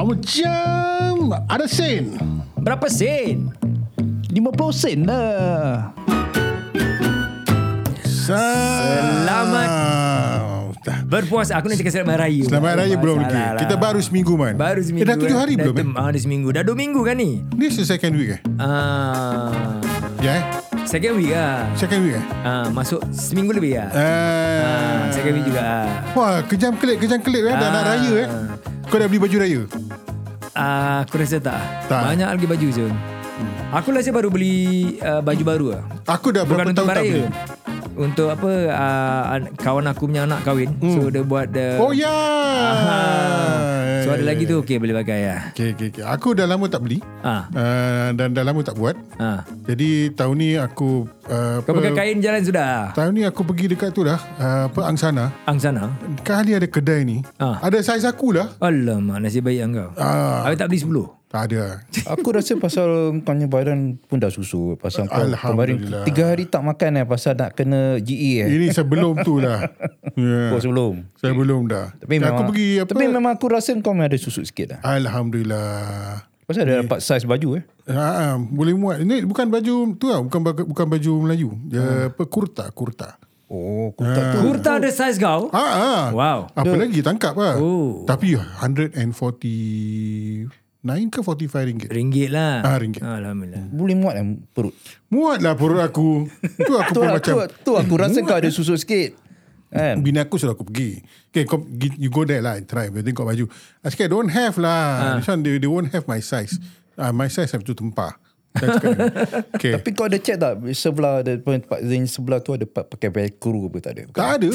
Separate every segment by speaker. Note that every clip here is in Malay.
Speaker 1: Macam ada sen.
Speaker 2: Berapa sen?
Speaker 3: 50 sen lah
Speaker 2: Selamat.
Speaker 1: Selamat.
Speaker 2: Berpuasa Aku nak cakap selamat raya
Speaker 1: Selamat Raya belum lagi.
Speaker 2: Salah lah.
Speaker 1: Kita baru seminggu, Man.
Speaker 2: Baru seminggu
Speaker 1: Eh, dah tujuh hari
Speaker 2: dah
Speaker 1: belum, eh?
Speaker 2: tem- ah, Dah seminggu Dah dua minggu kan ni
Speaker 1: This is second week, eh?
Speaker 2: Ah,
Speaker 1: Ya, eh?
Speaker 2: Second week lah
Speaker 1: Second week, eh?
Speaker 2: ah, Masuk seminggu lebih lah
Speaker 1: Ah.
Speaker 2: ah, Second week juga lah
Speaker 1: Eh. Wah, kejam kelit, kejam kelit, eh? Dah
Speaker 2: Ah.
Speaker 1: nak raya, eh? Kau dah beli baju raya?
Speaker 2: ah, Aku rasa tak,
Speaker 1: Tak.
Speaker 2: Banyak lagi baju je Aku rasa baru beli uh, baju baru lah
Speaker 1: Aku dah berapa
Speaker 2: Bukan untuk
Speaker 1: tahun tak beli.
Speaker 2: baraya Untuk apa ah, an- Kawan aku punya anak kahwin So dia buat the,
Speaker 1: Oh, Eh. ya.
Speaker 2: Ah, So ada lagi tu Okay boleh pakai lah
Speaker 1: Okay, okay, okay. Aku dah lama tak beli.
Speaker 2: Ah,
Speaker 1: Uh, dan dah lama tak buat.
Speaker 2: ah.
Speaker 1: Jadi tahun ni aku uh,
Speaker 2: Kau pakai kain jalan sudah
Speaker 1: Tahun ni aku pergi dekat tu lah uh, Apa Angsana
Speaker 2: Angsana
Speaker 1: Kali ada kedai ni
Speaker 2: Ah.
Speaker 3: Ha.
Speaker 1: Ada saiz aku lah
Speaker 2: Alamak nasib baik engkau
Speaker 1: Ah.
Speaker 2: Habis tak beli 10
Speaker 1: Tak ada
Speaker 3: Aku rasa pasal kau punya badan pun dah susu Pasal kau kemarin
Speaker 1: Alhamdulillah.
Speaker 3: Tiga hari tak makan eh Pasal nak kena GE eh
Speaker 1: Ini sebelum tu lah yeah.
Speaker 3: Oh sebelum
Speaker 1: Sebelum dah
Speaker 3: Tapi
Speaker 1: Dan
Speaker 3: memang
Speaker 1: Aku pergi apa
Speaker 3: Tapi memang aku rasa kau memang ada susut sikit lah
Speaker 1: Alhamdulillah
Speaker 3: Pasal dia dapat saiz baju eh
Speaker 1: Ha, boleh muat. Ini bukan baju tu lah, bukan baga- bukan baju Melayu.
Speaker 3: Hmm.
Speaker 1: Dia apa kurta, kurta.
Speaker 3: Oh kurta
Speaker 1: Ah.
Speaker 3: tu
Speaker 2: Kurta ada saiz kau
Speaker 1: Ha, ha.
Speaker 2: Wow.
Speaker 1: Apa lagi tangkap lah.
Speaker 2: Oh.
Speaker 1: Tapi 149 ke 45 ringgit.
Speaker 2: Ringgit lah
Speaker 1: Ah, ringgit.
Speaker 2: Alhamdulillah
Speaker 3: Boleh muat eh perut
Speaker 1: Muatlah perut aku. tu aku
Speaker 3: Tu
Speaker 1: pun
Speaker 3: lah,
Speaker 1: macam
Speaker 3: tu, tu aku rasa kau ada susut sikit Kan
Speaker 1: Bini aku suruh aku pergi. Okay, kau, gi- you go there lah and try. Nanti kau baju. I said, don't have
Speaker 3: Ah.
Speaker 1: lah. This one, they, they won't have my size. Uh, my size have to tempah. Saya cakap dengan dia. okay.
Speaker 3: Tapi kau ada check tak Sebelah ada tempat Zain sebelah tu ada part pakai velcro apa tak ada
Speaker 1: tak ada.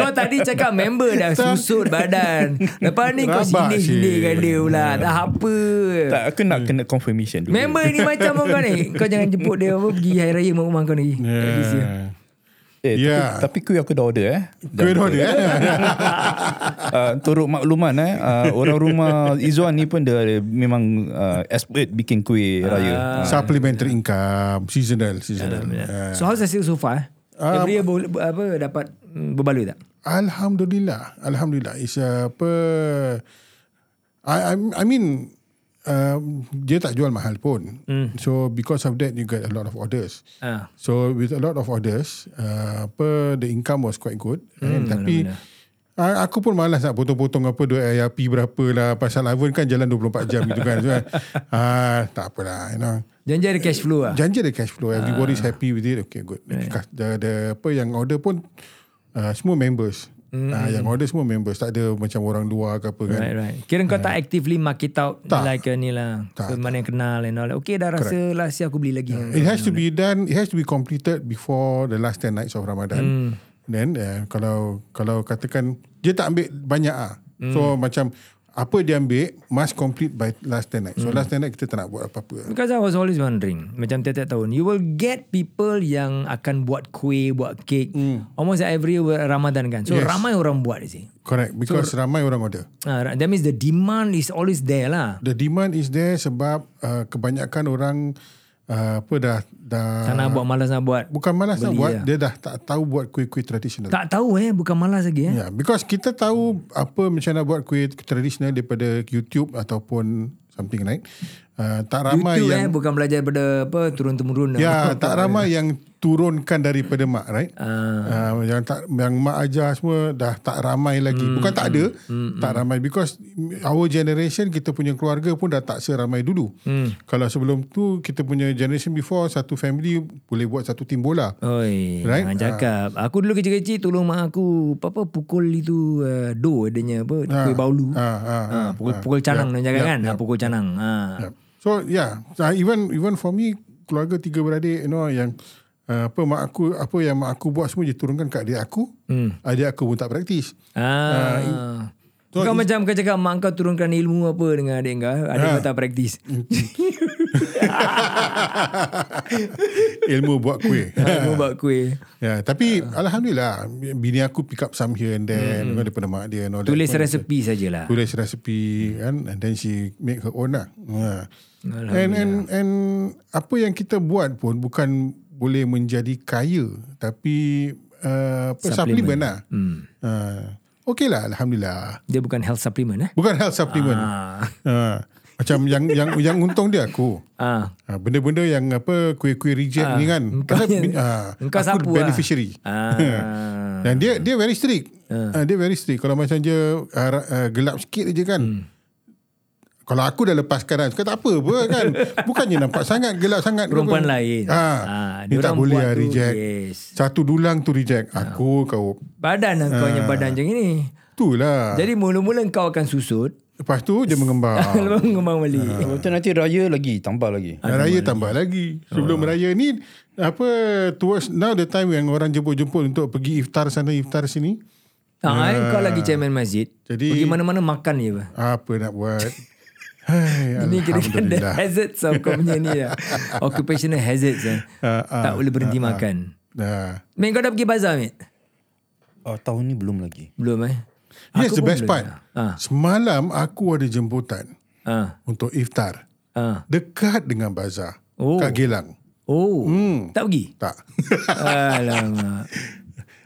Speaker 2: Kau tadi cakap member dah susut badan Lepas ni kau
Speaker 1: Rabak Ya.
Speaker 2: sindir-sindirkan
Speaker 1: sih.
Speaker 2: dia pula Tak apa
Speaker 3: Tak aku
Speaker 1: Hmm.
Speaker 3: nak kena confirmation dulu
Speaker 2: Member ni macam kau ni Kau jangan jemput dia apa Pergi hari raya mak rumah kau
Speaker 1: Ya.
Speaker 2: ni
Speaker 1: yeah.
Speaker 3: eh,
Speaker 1: Yeah.
Speaker 3: tapi, tapi kuih aku dah order eh
Speaker 1: Kuih roda eh.
Speaker 3: uh, Turut makluman eh uh, Orang rumah Izzuan ni pun dia ada, Memang uh, expert bikin kuih raya
Speaker 1: Supplementary income. Seasonal. Seasonal. Uh,
Speaker 2: So how's the sale so far?
Speaker 1: Ah.
Speaker 2: Every year boleh- apa, dapat mm, berbaloi tak?
Speaker 1: Alhamdulillah. Alhamdulillah. It's uh, apa... I, I, I mean... Um, dia tak jual mahal pun. Mm. So because of that you get a lot of orders.
Speaker 2: Ah.
Speaker 1: So with a lot of orders, uh, apa the income was quite good. Hmm, tapi uh, aku pun malas nak potong-potong apa duit AIP berapa lah pasal oven kan jalan 24 jam gitu kan. So, uh, tak apalah, you know.
Speaker 2: Janji ada cash flow lah
Speaker 1: Janji ada cash flow. Everybody's happy with it. Okay, good. The, the apa yang order pun uh, semua members. Mm. Uh, yang order semua members. Tak ada macam orang luar ke apa kan.
Speaker 2: Right, right. Kira kau tak actively market out
Speaker 1: Tak.
Speaker 2: like uh, ni lah.
Speaker 1: Tak,
Speaker 2: So, mana yang kenal and all that. Okay dah rasa lah si aku beli lagi.
Speaker 1: It has to be done. It has to be completed before the last 10 nights of Ramadan. Then uh, kalau kalau katakan dia tak ambil banyak ah. So macam apa dia ambil must complete by last 10 nights. So last 10 nights kita tak nak buat apa-apa.
Speaker 2: Because I was always wondering Macam tiap-tiap tahun You will get people yang akan buat kuih Buat kek
Speaker 1: Hmm.
Speaker 2: mm. Almost every Ramadan kan So yes. ramai orang buat sih.
Speaker 1: Correct because so, ramai orang order.
Speaker 2: Uh, that means the demand is always there lah
Speaker 1: The demand is there sebab uh, kebanyakan orang uh, apa dah dah
Speaker 2: Tak nak buat malas nak buat
Speaker 1: bukan malas nak
Speaker 2: beli
Speaker 1: buat,
Speaker 2: lah.
Speaker 1: dia dah tak tahu buat kuih-kuih tradisional.
Speaker 2: Tak tahu eh Bukan malas lagi eh
Speaker 1: Ya, yeah, because kita tahu apa macam nak buat kuih tradisional daripada YouTube ataupun something like. Uh, tak ramai
Speaker 2: Itu
Speaker 1: yang
Speaker 2: eh Bukan belajar daripada apa Turun-temurun
Speaker 1: ya yeah, tak ramai yang turunkan daripada mak right.
Speaker 2: Ah.
Speaker 1: Uh, yang tak yang mak ajar semua dah tak ramai lagi.
Speaker 2: Hmm,
Speaker 1: Bukan tak ada, tak ramai because our generation kita punya keluarga pun dah tak seramai dulu.
Speaker 2: Hmm.
Speaker 1: Kalau sebelum tu kita punya generation before satu family boleh buat satu tim bola.
Speaker 2: Oi,
Speaker 1: Right? Ah.
Speaker 2: right? jangan cakap. Aku dulu kecil-kecil tolong mak aku apa pukul itu uh, do adanya apa kuih baulu.
Speaker 1: Ha ha. ha.
Speaker 2: Ha, pukul, pukul canang nak cakap kan? Ha, pukul canang. Ha.
Speaker 1: Yeah. So yeah, uh, even even for me keluarga tiga beradik you know yang uh, apa mak aku apa yang mak aku buat semua diturunkan kat adik aku. Hmm. Adik aku pun tak praktis.
Speaker 2: Ha.
Speaker 1: Ah, so
Speaker 2: kau macam kau cakap mak kau turunkan ilmu apa dengan adik kau. Adik
Speaker 1: Ah.
Speaker 2: kau tak praktis.
Speaker 1: Ilmu buat kuih.
Speaker 2: Ilmu buat kuih.
Speaker 1: yeah, tapi alhamdulillah bini aku pick up some here and there hmm. daripada mak dia and all that.
Speaker 2: Tulis resepi sajalah.
Speaker 1: tulis resepi kan and then she make her own lah. Ha. And and and apa yang kita buat pun bukan boleh menjadi kaya tapi uh, apa supplement, lah. Hmm. Ha. Okey lah Alhamdulillah.
Speaker 2: Dia bukan health supplement eh.
Speaker 1: Bukan health supplement.
Speaker 2: Ah.
Speaker 1: Ha. Macam yang yang yang untung dia aku.
Speaker 2: Ah.
Speaker 1: Ha, benda-benda yang apa kuih-kuih reject ni kan.
Speaker 2: Engkau,
Speaker 1: bin-
Speaker 2: ha, engkau
Speaker 1: aku
Speaker 2: sapu
Speaker 1: beneficiary.
Speaker 2: Ah. ah.
Speaker 1: Dan dia dia very strict.
Speaker 2: Ya.
Speaker 1: Uh. dia very strict. Kalau macam dia uh, ra- uh, gelap sikit je kan. Hmm. Kalau aku dah lepaskan kan. Kata apa apa kan. Bukannya nampak sangat gelap sangat.
Speaker 2: Perempuan
Speaker 1: Bukan.
Speaker 2: lain. Ah,
Speaker 1: Ha. Dia tak
Speaker 2: diorang
Speaker 1: boleh
Speaker 2: buat
Speaker 1: lah
Speaker 2: tu,
Speaker 1: reject.
Speaker 2: yes. Ah.
Speaker 1: Satu dulang tu reject. Aku kau.
Speaker 2: Badan lah kau punya
Speaker 1: Ah.
Speaker 2: badan macam ini.
Speaker 1: Tu lah.
Speaker 2: Jadi mula-mula kau akan susut.
Speaker 1: Lepas tu dia mengembang.
Speaker 2: Lepas mengembang balik.
Speaker 3: Lepas tu nanti raya lagi tambah lagi.
Speaker 1: Dan raya tambah lagi.
Speaker 2: Ah.
Speaker 1: Sebelum raya ni apa towards now the time yang orang jemput-jemput untuk pergi iftar sana iftar sini.
Speaker 2: Ha, ha. Kau lagi chairman masjid.
Speaker 1: Ah. Jadi-
Speaker 2: Pergi mana-mana makan je. Bah.
Speaker 1: Apa nak buat? Hai,
Speaker 2: Ini kira-kira the
Speaker 1: Alhamdulillah.
Speaker 2: hazards of kau punya ni lah. Occupational hazards lah.
Speaker 1: Ah,
Speaker 2: tak boleh berhenti makan.
Speaker 1: Nah.
Speaker 2: Min, kau dah pergi bazar, Min?
Speaker 3: Oh, tahun ni belum lagi.
Speaker 2: Belum eh?
Speaker 1: Yes, the
Speaker 2: pun
Speaker 1: best
Speaker 2: belum
Speaker 1: part.
Speaker 2: lah.
Speaker 1: Semalam aku ada jemputan
Speaker 2: Ha.
Speaker 1: untuk iftar.
Speaker 2: Ha.
Speaker 1: Dekat dengan bazar.
Speaker 2: Oh.
Speaker 1: Kat Gelang.
Speaker 2: Oh.
Speaker 1: Hmm.
Speaker 2: Tak pergi?
Speaker 1: Tak.
Speaker 2: Alamak.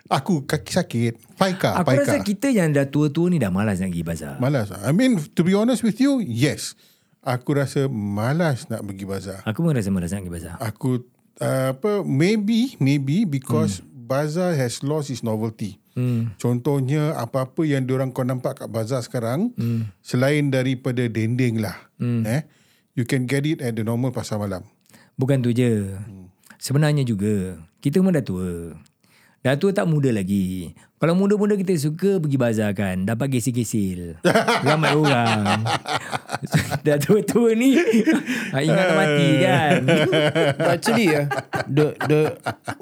Speaker 1: aku kaki sakit. Paika,
Speaker 2: Aku
Speaker 1: paika.
Speaker 2: rasa kita yang dah tua-tua ni dah malas nak pergi bazar.
Speaker 1: Malas. I mean, to be honest with you, yes. Aku rasa malas nak pergi bazar.
Speaker 2: Aku pun rasa malas nak pergi bazar.
Speaker 1: Aku uh, apa maybe maybe because hmm. bazar has lost its novelty. Hmm. Contohnya apa-apa yang diorang kau nampak kat bazar sekarang hmm. selain daripada dinding lah hmm. eh you can get it at the normal pasar malam.
Speaker 2: Bukan tu je.
Speaker 1: Hmm.
Speaker 2: Sebenarnya juga, kita pun dah tua. Dah tua tak muda lagi. Kalau muda-muda kita suka pergi bazar kan, dapat gesil-gesil. Ramai orang. dah tua-tua ni, ah, ingat nak mati kan.
Speaker 3: But actually, uh, the the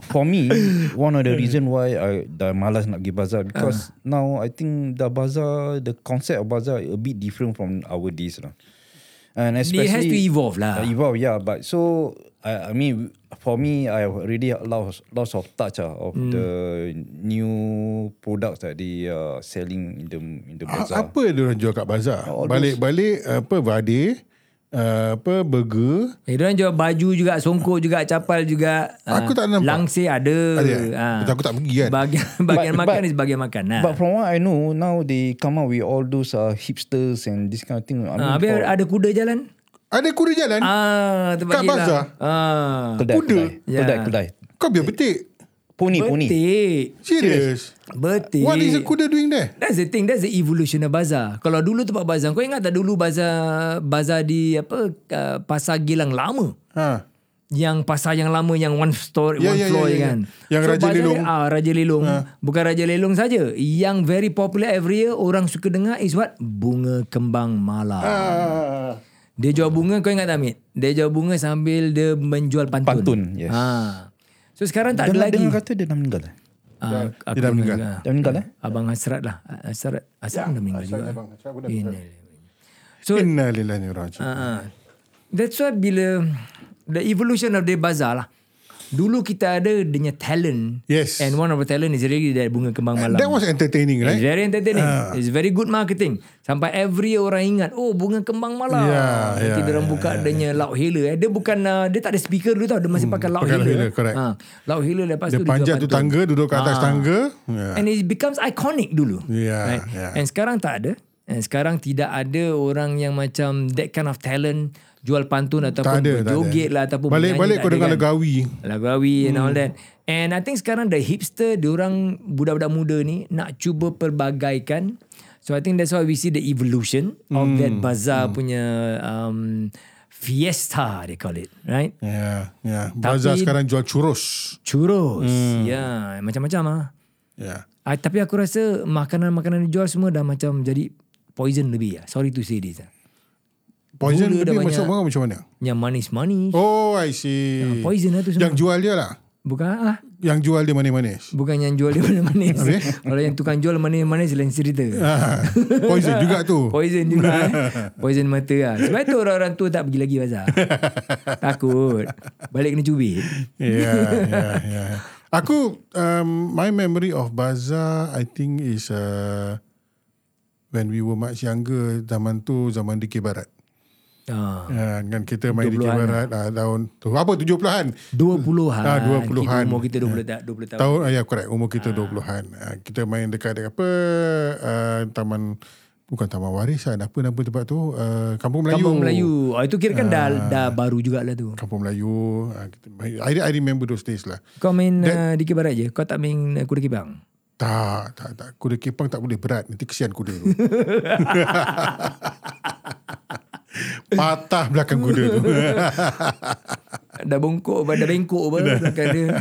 Speaker 3: for me one of the reason why I dah malas nak pergi bazar because uh.
Speaker 2: Ah.
Speaker 3: now I think the bazar the concept of bazar a bit different from our days lah. And especially
Speaker 2: It has to evolve lah.
Speaker 3: Uh, evolve, yeah. But so I, I mean, for me, I already lost lost of touch uh, of
Speaker 2: Hmm.
Speaker 3: the new products that they are selling in the in
Speaker 2: Ah,
Speaker 3: the
Speaker 1: Bazar.
Speaker 3: bazaar.
Speaker 1: Ah, Apa diorang jual kat bazar? Balik-balik apa vade uh, apa burger
Speaker 2: Eh, diorang jual baju juga, songkok juga, capal juga.
Speaker 1: Aku
Speaker 2: Ah,
Speaker 1: tak nampak.
Speaker 2: Langsir ada.
Speaker 1: Ada, eh?
Speaker 2: Ah.
Speaker 1: Betul, aku tak pergi kan.
Speaker 2: Bahagian, bahagian
Speaker 3: But-
Speaker 2: makan
Speaker 3: but-
Speaker 2: is bahagian makan. Ah. Nah.
Speaker 3: But from what I know, now they come out with all those uh, hipsters and this kind of thing. I mean,
Speaker 2: Ah, habis
Speaker 3: for-
Speaker 2: ada kuda jalan?
Speaker 1: ada kuda jalan. Uh,
Speaker 2: Ah, tempat
Speaker 1: Kat
Speaker 2: gila.
Speaker 1: bazar?
Speaker 2: Ah.
Speaker 3: kedai,
Speaker 1: kuda.
Speaker 3: Kedai,
Speaker 2: Yeah.
Speaker 3: kedai, kedai.
Speaker 1: kau biar betik.
Speaker 3: Pony, pony.
Speaker 2: Betik.
Speaker 1: Serius.
Speaker 2: Betik.
Speaker 1: What is a kuda doing there?
Speaker 2: That's the thing. That's the evolution of bazar. Kalau dulu tempat bazar. Kau ingat tak dulu bazar bazar di apa uh, pasar Gilang lama?
Speaker 1: Ha.
Speaker 2: Yang pasar yang lama yang one store
Speaker 1: Ya,
Speaker 2: one
Speaker 1: ya,
Speaker 2: floor
Speaker 1: ya,
Speaker 2: je
Speaker 1: ya.
Speaker 2: kan.
Speaker 1: Yang Raja Ha.
Speaker 2: bazar
Speaker 1: Lelong.
Speaker 2: Dia, ah, Raja Lelong. Bukan Raja Lelong saja. Yang very popular every year orang suka dengar is what? Bunga kembang malam.
Speaker 1: Ah.
Speaker 2: Dia jual bunga kau ingat tak Amit? Dia jual bunga sambil dia menjual pantun.
Speaker 3: Pantun, yes.
Speaker 2: Ha. So sekarang tak ada
Speaker 3: Dengar,
Speaker 2: lagi.
Speaker 3: dengar kata dia dah meninggal. eh?
Speaker 2: Ah, aku
Speaker 1: dah meninggal.
Speaker 2: dengar.
Speaker 3: Dah meninggal eh?
Speaker 2: Abang Hasrat lah. Hasrat, Hasrat dah meninggal juga.
Speaker 1: Abang, macam aku Ya, dah
Speaker 2: So
Speaker 1: Innalillahi wa inna ilaihi raji'un.
Speaker 2: uh, that's why bila the evolution of the bazaar lah. Dulu kita ada dia punya talent.
Speaker 1: Yes.
Speaker 2: And one of the talent is really that bunga kembang malam.
Speaker 1: That Ah. was entertaining, right?
Speaker 2: It's very entertaining. Uh. It's very good marketing. Sampai every year orang ingat, oh bunga kembang malam.
Speaker 1: Ya, ya,
Speaker 2: Nanti dia orang buka yeah, adanya loudhailer. Eh. Dia bukan, uh, dia tak ada speaker dulu tau. Dia
Speaker 1: Hmm,
Speaker 2: masih pakai loudhailer.
Speaker 1: loudhailer, correct.
Speaker 2: Ha. Loudhailer lepas
Speaker 1: Dia
Speaker 2: tu
Speaker 1: panjat
Speaker 2: jual
Speaker 1: tu
Speaker 2: pantun.
Speaker 1: tangga, duduk kat atas
Speaker 2: Ah.
Speaker 1: tangga. Ya, Yeah.
Speaker 2: And it becomes iconic dulu.
Speaker 1: Yeah, yeah.
Speaker 2: And sekarang tak ada. And sekarang tidak ada orang yang macam that kind of talent jual pantun ataupun
Speaker 1: Tak ada, tak
Speaker 2: berjoget
Speaker 1: ada.
Speaker 2: lah ataupun
Speaker 1: Balik-balik
Speaker 2: menyanyi
Speaker 1: kau
Speaker 2: tak ada
Speaker 1: dengar Hmm.
Speaker 2: kan.
Speaker 1: legawi.
Speaker 2: Lagu Awi and all that. And I think sekarang the hipster, diorang budak-budak muda ni nak cuba perbagaikan. So I think that's why we see the evolution of
Speaker 1: Hmm.
Speaker 2: that bazaar punya um, fiesta they call it, right?
Speaker 1: Yeah, yeah. Ya, Bazar sekarang jual churros.
Speaker 2: Churros.
Speaker 1: Hmm.
Speaker 2: Ya, yeah, macam-macam ah.
Speaker 1: Yeah.
Speaker 2: Ah, tapi aku rasa makanan-makanan dijual semua dah macam jadi poison lebih lah. Sorry to say this lah.
Speaker 1: Poison
Speaker 2: Gula dah
Speaker 1: lebih
Speaker 2: banyak.
Speaker 1: masuk kau macam mana?
Speaker 2: Yang manis-manis.
Speaker 1: Oh, I see.
Speaker 2: Poison lah tu semua.
Speaker 1: Yang jual dia lah.
Speaker 2: Bukan ah.
Speaker 1: Yang jual dia manis-manis.
Speaker 2: Bukan yang jual dia manis-manis. Kalau yang tukang jual manis-manis lain cerita.
Speaker 1: Ah, Poison juga tu.
Speaker 2: Poison juga eh. Poison mata lah. Sebab tu orang-orang tua tak pergi lagi bazar. Takut. Balik kena cubit.
Speaker 1: Yeah, yeah, yeah. Ya, Aku, um, my memory of Bazaar, I think is uh, when we were much younger, zaman tu, zaman DK Barat.
Speaker 2: Ah,
Speaker 1: Ah,
Speaker 2: lah.
Speaker 1: dengan kita main di Dikir Barat ah, tahun tu apa 70-an.
Speaker 2: 20-an.
Speaker 1: Ah, 20-an.
Speaker 2: Kita umur kita 20, ta- 20 tahun.
Speaker 1: Tahun ah, ya correct umur kita 20-an. Ah, kita main dekat dekat apa ah, taman bukan taman warisan apa nama tempat tu ah, Kampung Melayu. Ah.
Speaker 2: Kampung Melayu. Oh, itu kira kan dah, dah baru jugalah tu.
Speaker 1: Kampung Melayu. Ah, kita main, I, I remember those days lah.
Speaker 2: Kau main uh, Dikir Barat je? Kau tak main uh, Kuda Kibang?
Speaker 1: Tak, tak, tak. Kuda kepang tak boleh berat. Nanti kesian kuda tu. Patah belakang kuda tu.
Speaker 2: dah bongkok, apa, dah bengkok apa belakang dia. Ya.